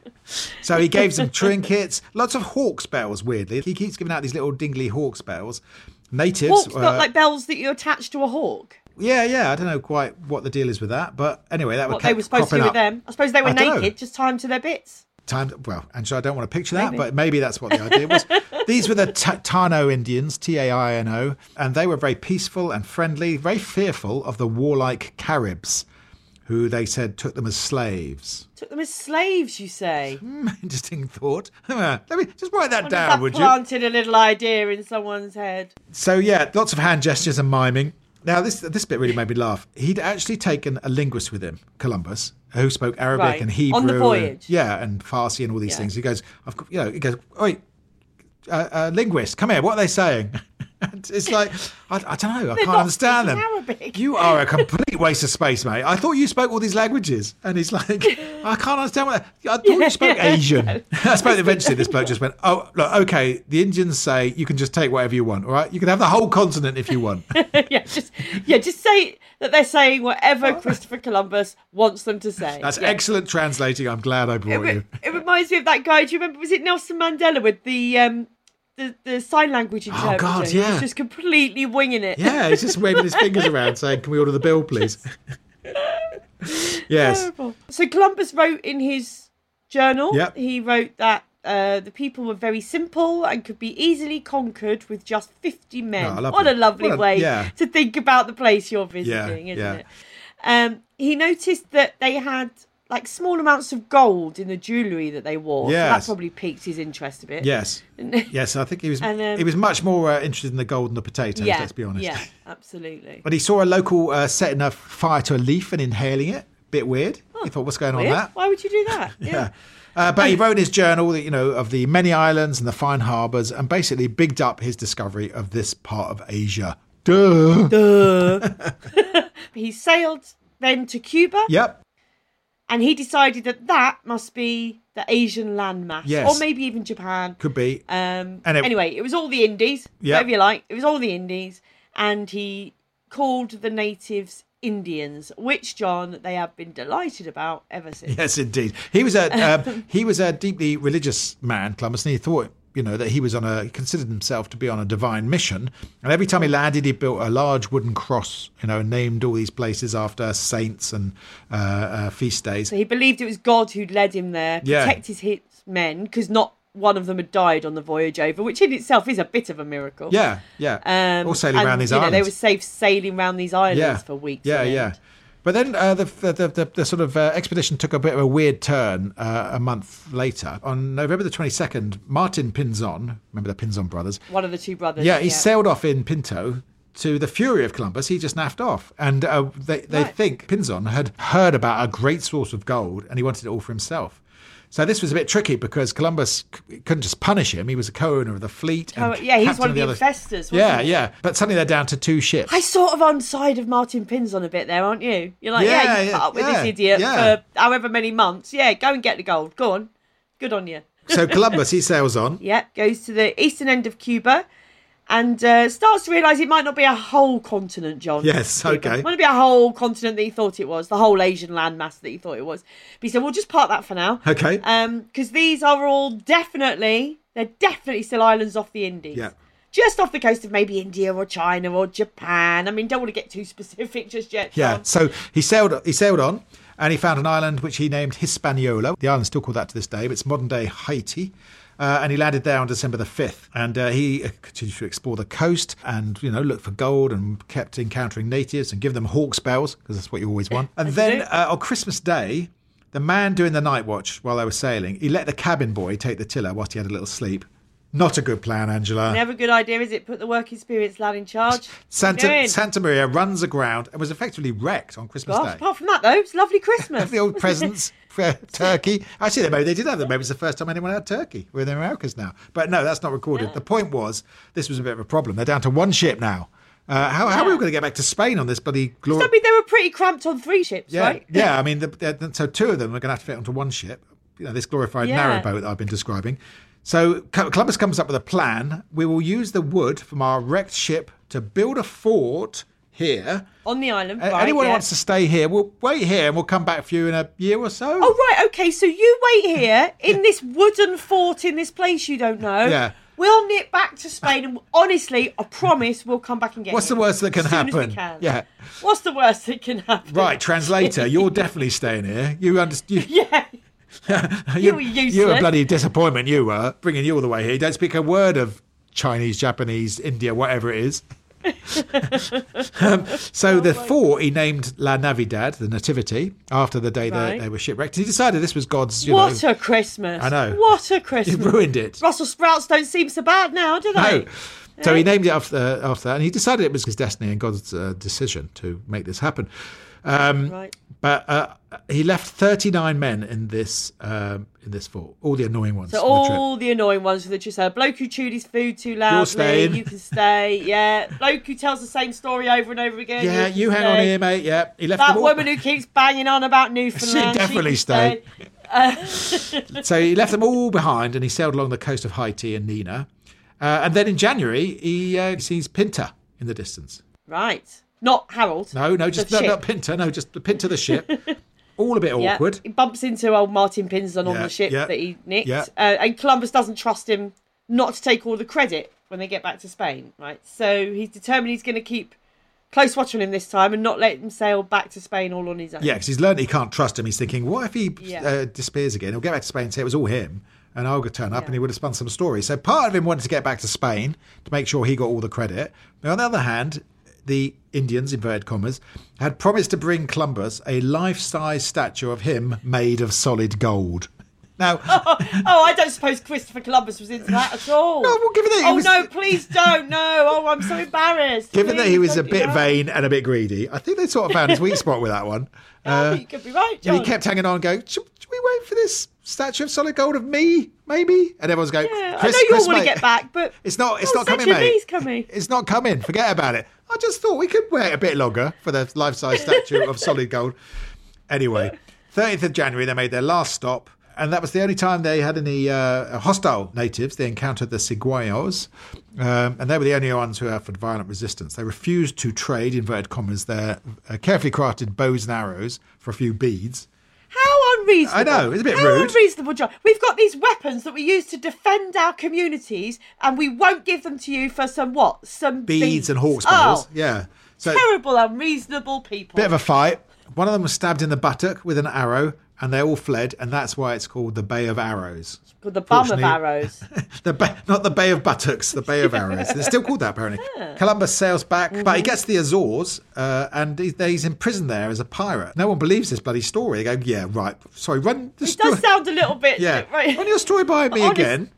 [SPEAKER 2] So he gave some trinkets, lots of hawks' bells, weirdly. He keeps giving out these little dingly hawks' bells. Natives.
[SPEAKER 1] Hawks,
[SPEAKER 2] uh,
[SPEAKER 1] not like bells that you attach to a hawk.
[SPEAKER 2] yeah, yeah. I don't know quite what the deal is with that. But anyway, that
[SPEAKER 1] What
[SPEAKER 2] kept
[SPEAKER 1] they were supposed to
[SPEAKER 2] cropping
[SPEAKER 1] do
[SPEAKER 2] up.
[SPEAKER 1] with them. I suppose they were
[SPEAKER 2] I dunno.
[SPEAKER 1] naked, just timed to their bits.
[SPEAKER 2] Time, well, Angela, I don't want to picture that, but maybe that's what the idea was. These were the Ta- Tano Indians, T A I N O, and they were very peaceful and friendly, very fearful of the warlike Caribs, who they said took them as slaves.
[SPEAKER 1] Took them as slaves, you say?
[SPEAKER 2] Interesting thought. Let me just write
[SPEAKER 1] Wonder
[SPEAKER 2] that
[SPEAKER 1] if
[SPEAKER 2] down,
[SPEAKER 1] that
[SPEAKER 2] would you?
[SPEAKER 1] planted a little idea in someone's head.
[SPEAKER 2] So yeah, lots of hand gestures and miming. Now this this bit really made me laugh. He'd actually taken a linguist with him, Columbus, who spoke Arabic
[SPEAKER 1] Right.
[SPEAKER 2] and
[SPEAKER 1] On
[SPEAKER 2] Hebrew,
[SPEAKER 1] the
[SPEAKER 2] and-
[SPEAKER 1] voyage.
[SPEAKER 2] yeah, and Farsi and all these
[SPEAKER 1] Yeah.
[SPEAKER 2] things. He goes, I've got, you know, he goes, oi, uh, uh, linguist, come here. What are they saying? And it's like I, I don't know. I can't
[SPEAKER 1] not
[SPEAKER 2] understand them.
[SPEAKER 1] speaking Arabic.
[SPEAKER 2] You are a complete waste of space, mate. I thought you spoke all these languages, and he's like, I can't understand what. I thought you spoke Asian. I suppose eventually this bloke just went, oh, look, okay, the Indians say you can just take whatever you want, all right? You can have the whole continent if you want.
[SPEAKER 1] yeah, just yeah, just say that they're saying whatever Christopher Columbus wants them to say.
[SPEAKER 2] That's
[SPEAKER 1] Yeah.
[SPEAKER 2] excellent translating. I'm glad I brought
[SPEAKER 1] It,
[SPEAKER 2] you.
[SPEAKER 1] it reminds me of that guy. Do you remember? Was it Nelson Mandela with the um the, the sign language interpreter?
[SPEAKER 2] Oh, God,
[SPEAKER 1] He was
[SPEAKER 2] yeah.
[SPEAKER 1] just completely winging it.
[SPEAKER 2] Yeah, he's just waving his fingers around saying, can we order the bill, please? yes.
[SPEAKER 1] Terrible. So Columbus wrote in his journal.
[SPEAKER 2] Yep.
[SPEAKER 1] He wrote that Uh, the people were very simple and could be easily conquered with just 50 men.
[SPEAKER 2] Oh, lovely.
[SPEAKER 1] what a lovely
[SPEAKER 2] What a-
[SPEAKER 1] way
[SPEAKER 2] yeah.
[SPEAKER 1] to think about the place you're
[SPEAKER 2] Yeah,
[SPEAKER 1] visiting, isn't
[SPEAKER 2] yeah.
[SPEAKER 1] it? Um, he noticed that they had like small amounts of gold in the jewellery that they wore. So
[SPEAKER 2] Yes.
[SPEAKER 1] that probably piqued his interest a bit.
[SPEAKER 2] Yes. Yes, I think he was
[SPEAKER 1] And, um,
[SPEAKER 2] he was much more uh, interested in the gold and the potatoes,
[SPEAKER 1] Yeah,
[SPEAKER 2] let's be honest.
[SPEAKER 1] Yeah, absolutely.
[SPEAKER 2] But he saw a local uh, setting a fire to a leaf and inhaling it. Bit weird. he thought, what's going on
[SPEAKER 1] Weird.
[SPEAKER 2] that?
[SPEAKER 1] Why would you do that? Yeah.
[SPEAKER 2] Yeah. Uh, but he wrote in his journal, that, you know, of the many islands and the fine harbours, and basically bigged up his discovery of this part of Asia. Duh.
[SPEAKER 1] He sailed then to Cuba
[SPEAKER 2] Yep.
[SPEAKER 1] and he decided that that must be the Asian landmass.
[SPEAKER 2] Yes.
[SPEAKER 1] Or maybe even Japan.
[SPEAKER 2] Could be.
[SPEAKER 1] Um,
[SPEAKER 2] And it-
[SPEAKER 1] anyway, it was all the Indies,
[SPEAKER 2] Yeah.
[SPEAKER 1] whatever you like. It was all the Indies, and he called the natives Indians, which John they have been delighted about ever since.
[SPEAKER 2] Yes, indeed. He was a um, he was a deeply religious man, Columbus, and he thought you know that he was on a he considered himself to be on a divine mission. And every time he landed, he built a large wooden cross, you know, and named all these places after saints and uh, uh, feast days.
[SPEAKER 1] So he believed it was God who'd led him there,
[SPEAKER 2] Yeah.
[SPEAKER 1] protect his his men, because not one of them had died on the voyage over, which in itself is a bit of a miracle.
[SPEAKER 2] Yeah, yeah.
[SPEAKER 1] Um,
[SPEAKER 2] All sailing
[SPEAKER 1] and,
[SPEAKER 2] around these
[SPEAKER 1] you
[SPEAKER 2] islands.
[SPEAKER 1] Know, they were safe sailing around these islands
[SPEAKER 2] yeah.
[SPEAKER 1] for weeks.
[SPEAKER 2] Yeah,
[SPEAKER 1] on end.
[SPEAKER 2] yeah. But then uh, the, the, the, the, the sort of uh, expedition took a bit of a weird turn uh, a month later. On November the 22nd, Martin Pinzon, remember the Pinzon brothers,
[SPEAKER 1] One of the two brothers.
[SPEAKER 2] Yeah, he sailed off in Pinto to the fury of Columbus. He just naffed off. And uh, they, they
[SPEAKER 1] Right.
[SPEAKER 2] think Pinzon had heard about a great source of gold and he wanted it all for himself. So this was a bit tricky because Columbus c- couldn't just punish him. He was a co-owner of the fleet.
[SPEAKER 1] Oh,
[SPEAKER 2] and
[SPEAKER 1] yeah, he was
[SPEAKER 2] captain
[SPEAKER 1] one of the,
[SPEAKER 2] other-
[SPEAKER 1] investors. Wasn't
[SPEAKER 2] Yeah,
[SPEAKER 1] he?
[SPEAKER 2] yeah. But suddenly they're down to two ships.
[SPEAKER 1] I sort of on side of Martin Pinzon a bit there, aren't you? You're like, yeah,
[SPEAKER 2] Yeah,
[SPEAKER 1] you
[SPEAKER 2] yeah,
[SPEAKER 1] put up with
[SPEAKER 2] yeah,
[SPEAKER 1] this idiot
[SPEAKER 2] yeah.
[SPEAKER 1] for however many months. Yeah, go and get the gold. Go on. Good on you.
[SPEAKER 2] so Columbus, he sails on.
[SPEAKER 1] Yeah, goes to the eastern end of Cuba and uh, starts to realise it might not be a whole continent, John.
[SPEAKER 2] Yes,
[SPEAKER 1] Cuba.
[SPEAKER 2] okay.
[SPEAKER 1] It might not be a whole continent that he thought it was, the whole Asian landmass that he thought it was. But he said, we'll just park that for now.
[SPEAKER 2] Okay.
[SPEAKER 1] Because Um, these are all definitely, they're definitely still islands off the Indies.
[SPEAKER 2] Yeah.
[SPEAKER 1] Just off the coast of maybe India or China or Japan. I mean, don't want to get too specific just yet.
[SPEAKER 2] Yeah.
[SPEAKER 1] John.
[SPEAKER 2] So he sailed. He sailed on, and he found an island which he named Hispaniola. The island's still called that to this day, but it's modern day Haiti. Uh, and he landed there on December the fifth, and uh, he uh, continued to explore the coast and you know look for gold and kept encountering natives and give them hawks bells because that's what you always want. And then
[SPEAKER 1] do.
[SPEAKER 2] uh, on Christmas Day, the man doing the night watch while they were sailing, he let the cabin boy take the tiller whilst he had a little sleep. Not a good plan, Angela.
[SPEAKER 1] Never a good idea, is it? Put the work experienced lad in charge.
[SPEAKER 2] Santa,
[SPEAKER 1] Doing.
[SPEAKER 2] Santa Maria runs aground and was effectively wrecked on Christmas
[SPEAKER 1] Gosh,
[SPEAKER 2] Day.
[SPEAKER 1] apart from that, though, it's lovely Christmas.
[SPEAKER 2] the old presents for turkey. Actually, they- maybe they did have them. Maybe it's the first time anyone had turkey. We're in the Americas now. But no, that's not recorded. The point was, this was a bit of a problem. They're down to one ship now. Uh, how, how are we
[SPEAKER 1] Yeah.
[SPEAKER 2] going to get back to Spain on this bloody
[SPEAKER 1] I
[SPEAKER 2] glory?
[SPEAKER 1] mean, they were pretty cramped on three ships,
[SPEAKER 2] yeah,
[SPEAKER 1] right?
[SPEAKER 2] yeah. I mean, the, the, so two of them are going to have to fit onto one ship. You know, this glorified
[SPEAKER 1] Yeah.
[SPEAKER 2] narrow boat that I've been describing. So Co- Columbus comes up with a plan. We will use the wood from our wrecked ship to build a fort here.
[SPEAKER 1] On the island.
[SPEAKER 2] A-
[SPEAKER 1] right,
[SPEAKER 2] Anyone who
[SPEAKER 1] yeah.
[SPEAKER 2] wants to stay here, we'll wait here and we'll come back for you in a year or so.
[SPEAKER 1] Oh, right, okay, so you wait here in this wooden fort in this place you don't know.
[SPEAKER 2] Yeah.
[SPEAKER 1] We'll nip back to Spain and honestly, I promise we'll come back and get
[SPEAKER 2] What's
[SPEAKER 1] you
[SPEAKER 2] the worst that can
[SPEAKER 1] as soon as we
[SPEAKER 2] happen?
[SPEAKER 1] can.
[SPEAKER 2] Yeah.
[SPEAKER 1] What's the worst that can happen?
[SPEAKER 2] Right, translator, you're definitely staying here. You understand? You,
[SPEAKER 1] Yeah.
[SPEAKER 2] you,
[SPEAKER 1] were
[SPEAKER 2] You're a
[SPEAKER 1] useless.
[SPEAKER 2] bloody disappointment. You were bringing you all the way here. You don't speak a word of Chinese, Japanese, India, whatever it is. um, so
[SPEAKER 1] Oh
[SPEAKER 2] the fort he named La Navidad, the Nativity, after the day
[SPEAKER 1] Right.
[SPEAKER 2] they, they were shipwrecked. He decided this was God's. You
[SPEAKER 1] What
[SPEAKER 2] know,
[SPEAKER 1] a Christmas.
[SPEAKER 2] I know.
[SPEAKER 1] What a
[SPEAKER 2] he
[SPEAKER 1] Christmas.
[SPEAKER 2] ruined it.
[SPEAKER 1] Brussels sprouts don't seem so bad now, do they?
[SPEAKER 2] No. So he named it after, uh, after that, and he decided it was his destiny and God's uh, decision to make this happen. Um,
[SPEAKER 1] Right.
[SPEAKER 2] But uh, he left 39 men in this um, in this fort, all the annoying ones.
[SPEAKER 1] So
[SPEAKER 2] on the trip.
[SPEAKER 1] all the annoying ones that just said, bloke who chewed his food too loudly,
[SPEAKER 2] staying.
[SPEAKER 1] you can stay. Yeah, bloke who tells the same story over and over again.
[SPEAKER 2] yeah,
[SPEAKER 1] can
[SPEAKER 2] you hang on
[SPEAKER 1] stay.
[SPEAKER 2] here, mate. Yeah, he left
[SPEAKER 1] That
[SPEAKER 2] them all.
[SPEAKER 1] woman who keeps banging on about Newfoundland.
[SPEAKER 2] definitely
[SPEAKER 1] can
[SPEAKER 2] stay.
[SPEAKER 1] stay.
[SPEAKER 2] so he left them all behind, and he sailed along the coast of Haiti and Nina. Uh, and then in January, he uh, sees Pinta in the distance.
[SPEAKER 1] Right. Not Harold.
[SPEAKER 2] No, no, just
[SPEAKER 1] The
[SPEAKER 2] no,
[SPEAKER 1] ship.
[SPEAKER 2] not Pinta. No, just Pinta the ship. all a bit
[SPEAKER 1] Yeah.
[SPEAKER 2] awkward.
[SPEAKER 1] He bumps into old Martin Pinzon on
[SPEAKER 2] Yeah,
[SPEAKER 1] the ship
[SPEAKER 2] yeah,
[SPEAKER 1] that he nicked.
[SPEAKER 2] yeah.
[SPEAKER 1] Uh, and Columbus doesn't trust him not to take all the credit when they get back to Spain, right? So he's determined he's going to keep close watch on him this time and not let him sail back to Spain all on his own.
[SPEAKER 2] Yeah, because he's learned he can't trust him. He's thinking, what if he
[SPEAKER 1] Yeah.
[SPEAKER 2] uh, disappears again? He'll get back to Spain and say it was all him. and Olga turn up
[SPEAKER 1] Yeah.
[SPEAKER 2] and he would have spun some story. So part of him wanted to get back to Spain to make sure he got all the credit. But on the other hand, the Indians, inverted commas, had promised to bring Columbus a life size statue of him made of solid gold. Now,
[SPEAKER 1] Oh, I don't suppose Christopher Columbus was into that at all.
[SPEAKER 2] No, well, given that he
[SPEAKER 1] oh
[SPEAKER 2] was-
[SPEAKER 1] no, please don't. No, oh, I'm so embarrassed.
[SPEAKER 2] given that
[SPEAKER 1] Please
[SPEAKER 2] he was a
[SPEAKER 1] don't do
[SPEAKER 2] bit
[SPEAKER 1] that.
[SPEAKER 2] vain and a bit greedy, I think they sort of found his weak spot with that one.
[SPEAKER 1] Yeah, I
[SPEAKER 2] Uh,
[SPEAKER 1] think Oh, you could be right, John.
[SPEAKER 2] And he kept hanging on, and going, should, should we wait for this statue of solid gold of me, maybe? And everyone's going,
[SPEAKER 1] Yeah, I
[SPEAKER 2] Chris,
[SPEAKER 1] know you
[SPEAKER 2] Chris,
[SPEAKER 1] all want to
[SPEAKER 2] mate,
[SPEAKER 1] get back, but
[SPEAKER 2] It's not, it's
[SPEAKER 1] Oh,
[SPEAKER 2] not coming,
[SPEAKER 1] statue of
[SPEAKER 2] mate.
[SPEAKER 1] me's coming.
[SPEAKER 2] It's not coming. Forget about it. I just thought we could wait a bit longer for the life size statue of solid gold. Anyway, 30th of January, they made their last stop. And that was the only time they had any uh, hostile natives. They encountered the Ciguayos, um, and they were the only ones who offered violent resistance. They refused to trade, inverted commas, their uh, carefully crafted bows and arrows for a few beads.
[SPEAKER 1] how unreasonable.
[SPEAKER 2] I know, it's a bit
[SPEAKER 1] how
[SPEAKER 2] rude.
[SPEAKER 1] unreasonable, John. We've got these weapons that we use to defend our communities, and we won't give them to you for some what? Some
[SPEAKER 2] beads, and hawks
[SPEAKER 1] Oh,
[SPEAKER 2] bells. yeah. So
[SPEAKER 1] terrible, unreasonable people.
[SPEAKER 2] bit of a fight. One of them was stabbed in the buttock with an arrow, and they all fled, and that's why it's called the Bay of Arrows.
[SPEAKER 1] With the bum of
[SPEAKER 2] Fortunately-
[SPEAKER 1] arrows.
[SPEAKER 2] The ba- not the Bay of Buttocks, the Bay of Arrows. It's still called that apparently. Columbus sails back, but
[SPEAKER 1] Mm-hmm.
[SPEAKER 2] he gets to the Azores, uh, and he, he's imprisoned there as a pirate. No one believes this bloody story. They go, "Yeah, right. Sorry, run the
[SPEAKER 1] It does sound a little bit
[SPEAKER 2] yeah,
[SPEAKER 1] right.
[SPEAKER 2] run your story by me
[SPEAKER 1] Honest-
[SPEAKER 2] again."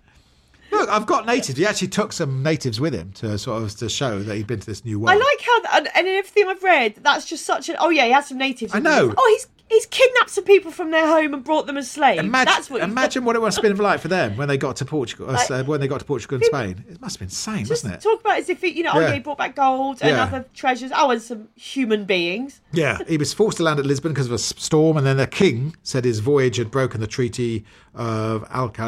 [SPEAKER 2] Look, I've got natives. He actually took some natives with him to sort of to show that he'd been to this new world.
[SPEAKER 1] I like how, th- and, and in everything I've read, that's just such an. Oh yeah, he had some natives.
[SPEAKER 2] I know.
[SPEAKER 1] Oh, he's he's kidnapped some people from their home and brought them as slaves.
[SPEAKER 2] Imagine,
[SPEAKER 1] that's what. he's
[SPEAKER 2] imagine what it must have been like for them when they got to Portugal. uh,
[SPEAKER 1] Like-
[SPEAKER 2] when they got to Portugal and Spain, it must have been insane,
[SPEAKER 1] Just
[SPEAKER 2] wasn't it?
[SPEAKER 1] talk about as if it, you know. Oh
[SPEAKER 2] Yeah.
[SPEAKER 1] yeah, he brought back gold and
[SPEAKER 2] Yeah.
[SPEAKER 1] other treasures. Oh, and some human beings.
[SPEAKER 2] yeah, he was forced to land at Lisbon because of a s- storm, and then the king said his voyage had broken the Treaty of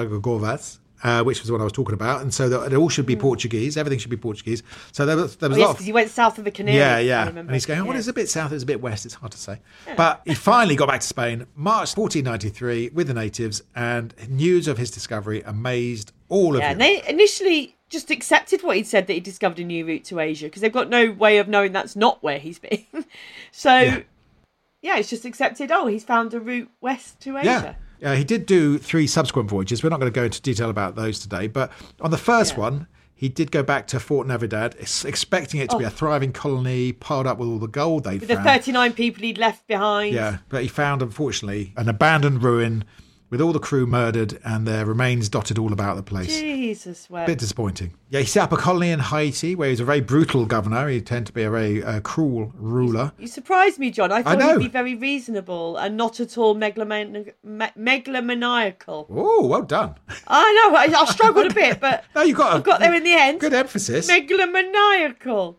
[SPEAKER 2] Alcágovas. Uh, which was what I was talking about, and so that it all should be Portuguese. Everything should be Portuguese. So there was there was
[SPEAKER 1] Hmm. Oh, Yes,
[SPEAKER 2] a lot
[SPEAKER 1] because
[SPEAKER 2] of
[SPEAKER 1] he went south of the Canaries.
[SPEAKER 2] Yeah,
[SPEAKER 1] I
[SPEAKER 2] yeah.
[SPEAKER 1] remember.
[SPEAKER 2] And he's going, oh,
[SPEAKER 1] Yeah.
[SPEAKER 2] it's a bit south, it's a bit west, it's hard to say. But he finally got back to Spain, March 1493, with the natives, and news of his discovery amazed all of
[SPEAKER 1] Yeah, and
[SPEAKER 2] them.
[SPEAKER 1] they initially just accepted what he'd said that he discovered a new route to Asia because they've got no way of knowing that's not where he's been. so, yeah. it's just accepted. Oh, he's found a route west to Asia.
[SPEAKER 2] Yeah. Uh, he did do three subsequent voyages. We're not going to go into detail about those today, but on the first one, he did go back to Fort Navidad, ex- expecting it to be a thriving colony piled up with all the gold they
[SPEAKER 1] With the
[SPEAKER 2] found.
[SPEAKER 1] 39 people he'd left behind.
[SPEAKER 2] yeah, but he found, unfortunately, an abandoned ruin with all the crew murdered and their remains dotted all about the place.
[SPEAKER 1] Jesus, where?
[SPEAKER 2] bit disappointing. Yeah, he set up a colony in Haiti where he was a very brutal governor. He tended to be a very uh, cruel ruler.
[SPEAKER 1] You surprised me, John. I thought
[SPEAKER 2] know.
[SPEAKER 1] he'd be very reasonable and not at all megalomani- me- megalomaniacal.
[SPEAKER 2] Oh, well done.
[SPEAKER 1] I know, I, I struggled a bit, but
[SPEAKER 2] No, you got a
[SPEAKER 1] I got there in the end.
[SPEAKER 2] good emphasis.
[SPEAKER 1] Megalomaniacal.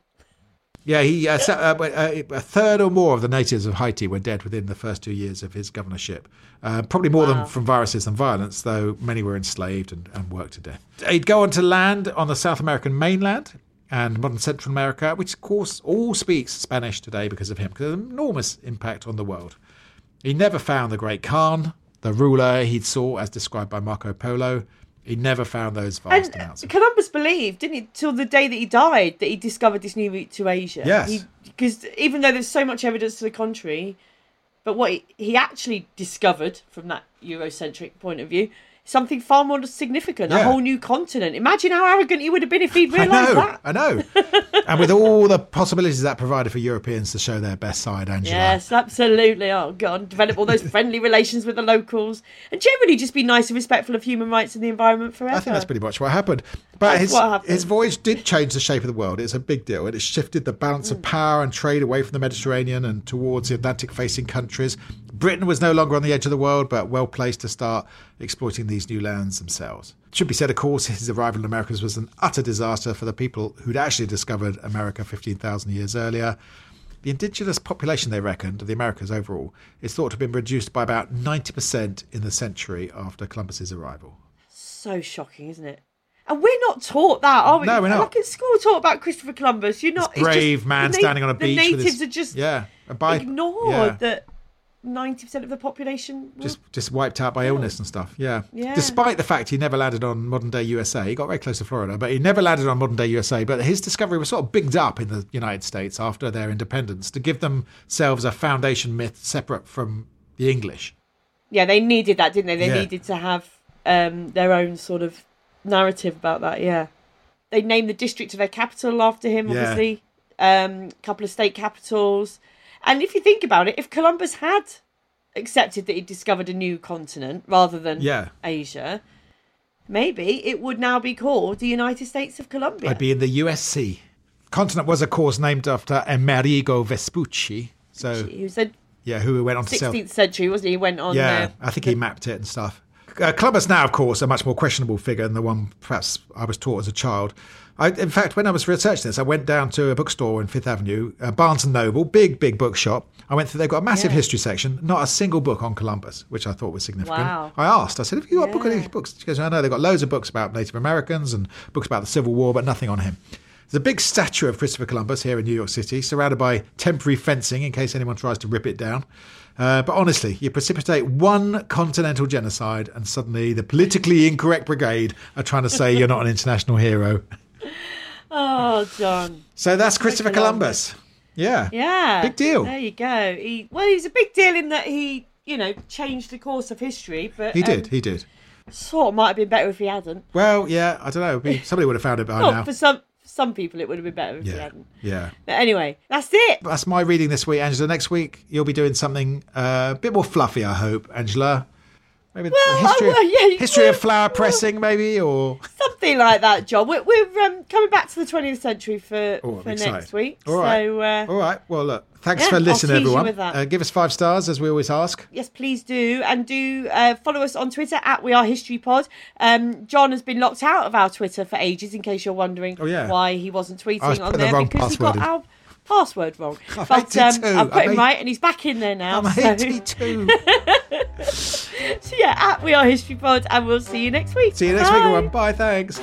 [SPEAKER 2] Yeah, he uh, set, uh, uh, a third or more of the natives of Haiti were dead within the first two years of his governorship. Uh, probably more than from viruses and violence, though many were enslaved and, and worked to death. He'd go on to land on the South American mainland and modern Central America, which of course all speaks Spanish today because of him, because of an enormous impact on the world. He never found the great Khan, the ruler he saw as described by Marco Polo. He never found those vast
[SPEAKER 1] And
[SPEAKER 2] amounts. Of-
[SPEAKER 1] Columbus believed, didn't he, till the day that he died, that he discovered this new route to Asia.
[SPEAKER 2] Yes.
[SPEAKER 1] Because even though there's so much evidence to the contrary, but what he, he actually discovered from that Eurocentric point of view, something far more significant, a
[SPEAKER 2] Yeah.
[SPEAKER 1] whole new continent. Imagine how arrogant he would have been if he'd realised that.
[SPEAKER 2] I know, I know. and with all the possibilities that provided for Europeans to show their best side, Angela.
[SPEAKER 1] Yes, absolutely. Oh, God. Develop all those friendly relations with the locals and generally just be nice and respectful of human rights and the environment forever.
[SPEAKER 2] I think that's pretty much what happened. But
[SPEAKER 1] That's
[SPEAKER 2] his,
[SPEAKER 1] what happened.
[SPEAKER 2] his voyage did change the shape of the world. It's a big deal. and It shifted the balance
[SPEAKER 1] Mm.
[SPEAKER 2] of power and trade away from the Mediterranean and towards the Atlantic facing countries. Britain was no longer on the edge of the world, but well placed to start exploiting these new lands themselves. It should be said, of course, his arrival in Americas was an utter disaster for the people who'd actually discovered America 15,000 years earlier. The indigenous population, they reckoned, of the Americas overall is thought to have been reduced by about 90% in the century after Columbus's arrival.
[SPEAKER 1] so shocking, isn't it? And we're not taught that, are we?
[SPEAKER 2] No, we're not.
[SPEAKER 1] Like in school, we're taught about Christopher Columbus. You're not. it's
[SPEAKER 2] brave
[SPEAKER 1] just-
[SPEAKER 2] man
[SPEAKER 1] the na-
[SPEAKER 2] standing on a
[SPEAKER 1] the
[SPEAKER 2] beach.
[SPEAKER 1] natives
[SPEAKER 2] with his,
[SPEAKER 1] are just
[SPEAKER 2] yeah, a bike,
[SPEAKER 1] ignored
[SPEAKER 2] yeah,
[SPEAKER 1] that ninety percent of the population. Will...
[SPEAKER 2] just just wiped out by illness and stuff. Yeah.
[SPEAKER 1] Yeah.
[SPEAKER 2] Despite the fact he never landed on modern day USA, he got very close to Florida, but he never landed on modern day USA. But his discovery was sort of bigged up in the United States after their independence to give themselves a foundation myth separate from the English.
[SPEAKER 1] Yeah, they needed that, didn't they? They
[SPEAKER 2] Yeah.
[SPEAKER 1] needed to have um, their own sort of narrative about that. Yeah, they named the district of their capital after him.
[SPEAKER 2] Yeah.
[SPEAKER 1] Obviously, um, a couple of state capitals. And if you think about it, if Columbus had accepted that he discovered a new continent rather than
[SPEAKER 2] Yeah.
[SPEAKER 1] Asia, maybe it would now be called the United States of Colombia.
[SPEAKER 2] I'd be in the USC. Continent was, of course, named after Amerigo Vespucci. So,
[SPEAKER 1] he was a
[SPEAKER 2] yeah, who went on to sell.
[SPEAKER 1] 16th century, wasn't he? He went on
[SPEAKER 2] Yeah,
[SPEAKER 1] there.
[SPEAKER 2] I think he mapped it and stuff. Uh, Columbus now, of course, a much more questionable figure than the one perhaps I was taught as a child. I, in fact, when I was researching this, I went down to a bookstore in Fifth Avenue, uh, Barnes and Noble, big, big bookshop. I went through; they've got a massive
[SPEAKER 1] Yeah.
[SPEAKER 2] history section, not a single book on Columbus, which I thought was significant.
[SPEAKER 1] Wow.
[SPEAKER 2] I asked, I said, "Have you got a book on
[SPEAKER 1] Yeah.
[SPEAKER 2] any books?" She goes, "I know they've got loads of books about Native Americans and books about the Civil War, but nothing on him." There's a big statue of Christopher Columbus here in New York City, surrounded by temporary fencing in case anyone tries to rip it down. Uh, but honestly, you precipitate one continental genocide, and suddenly the politically incorrect brigade are trying to say you're not an international hero.
[SPEAKER 1] Oh, John.
[SPEAKER 2] So that's Christopher
[SPEAKER 1] Columbus.
[SPEAKER 2] Columbus. Yeah.
[SPEAKER 1] Yeah.
[SPEAKER 2] Big deal.
[SPEAKER 1] There you go. He well, he was a big deal in that he, you know, changed the course of history, but
[SPEAKER 2] He
[SPEAKER 1] um,
[SPEAKER 2] did. He did.
[SPEAKER 1] sort of might have been better if he hadn't.
[SPEAKER 2] Well, yeah, I don't know. We- Somebody would have found it by
[SPEAKER 1] Well,
[SPEAKER 2] now.
[SPEAKER 1] Oh, for some some people it would have been better if he
[SPEAKER 2] Yeah.
[SPEAKER 1] hadn't.
[SPEAKER 2] Yeah.
[SPEAKER 1] But anyway, that's it.
[SPEAKER 2] That's my reading this week, Angela. Next week, you'll be doing something uh, a bit more fluffy, I hope, Angela. Maybe
[SPEAKER 1] Well, I
[SPEAKER 2] history,
[SPEAKER 1] will, yeah, you
[SPEAKER 2] history of
[SPEAKER 1] will.
[SPEAKER 2] flower pressing, maybe, or
[SPEAKER 1] Something like that, John. We're, we're um, coming back to the 20th century for,
[SPEAKER 2] Oh, I'm
[SPEAKER 1] for
[SPEAKER 2] excited.
[SPEAKER 1] next week.
[SPEAKER 2] All right.
[SPEAKER 1] So, uh,
[SPEAKER 2] All right. Well, look. Thanks
[SPEAKER 1] Yeah,
[SPEAKER 2] for
[SPEAKER 1] I'll
[SPEAKER 2] listening,
[SPEAKER 1] tease you
[SPEAKER 2] everyone.
[SPEAKER 1] with that.
[SPEAKER 2] Uh, give us five stars, as we always ask.
[SPEAKER 1] yes, please do. And do uh, follow us on Twitter at We Are History Pod. Um, John has been locked out of our Twitter for ages, in case you're wondering
[SPEAKER 2] Oh, yeah.
[SPEAKER 1] why he wasn't tweeting
[SPEAKER 2] I was
[SPEAKER 1] on
[SPEAKER 2] putting the
[SPEAKER 1] there
[SPEAKER 2] wrong
[SPEAKER 1] because he got
[SPEAKER 2] password in.
[SPEAKER 1] our password wrong. but
[SPEAKER 2] did
[SPEAKER 1] um,
[SPEAKER 2] too.
[SPEAKER 1] I've
[SPEAKER 2] I
[SPEAKER 1] put him
[SPEAKER 2] made-
[SPEAKER 1] right and he's back in there now.
[SPEAKER 2] I'm
[SPEAKER 1] so-
[SPEAKER 2] 82.
[SPEAKER 1] so, yeah, at We Are History Pod, and we'll see you next week.
[SPEAKER 2] See you next week,
[SPEAKER 1] Bye.
[SPEAKER 2] everyone. Bye. Thanks.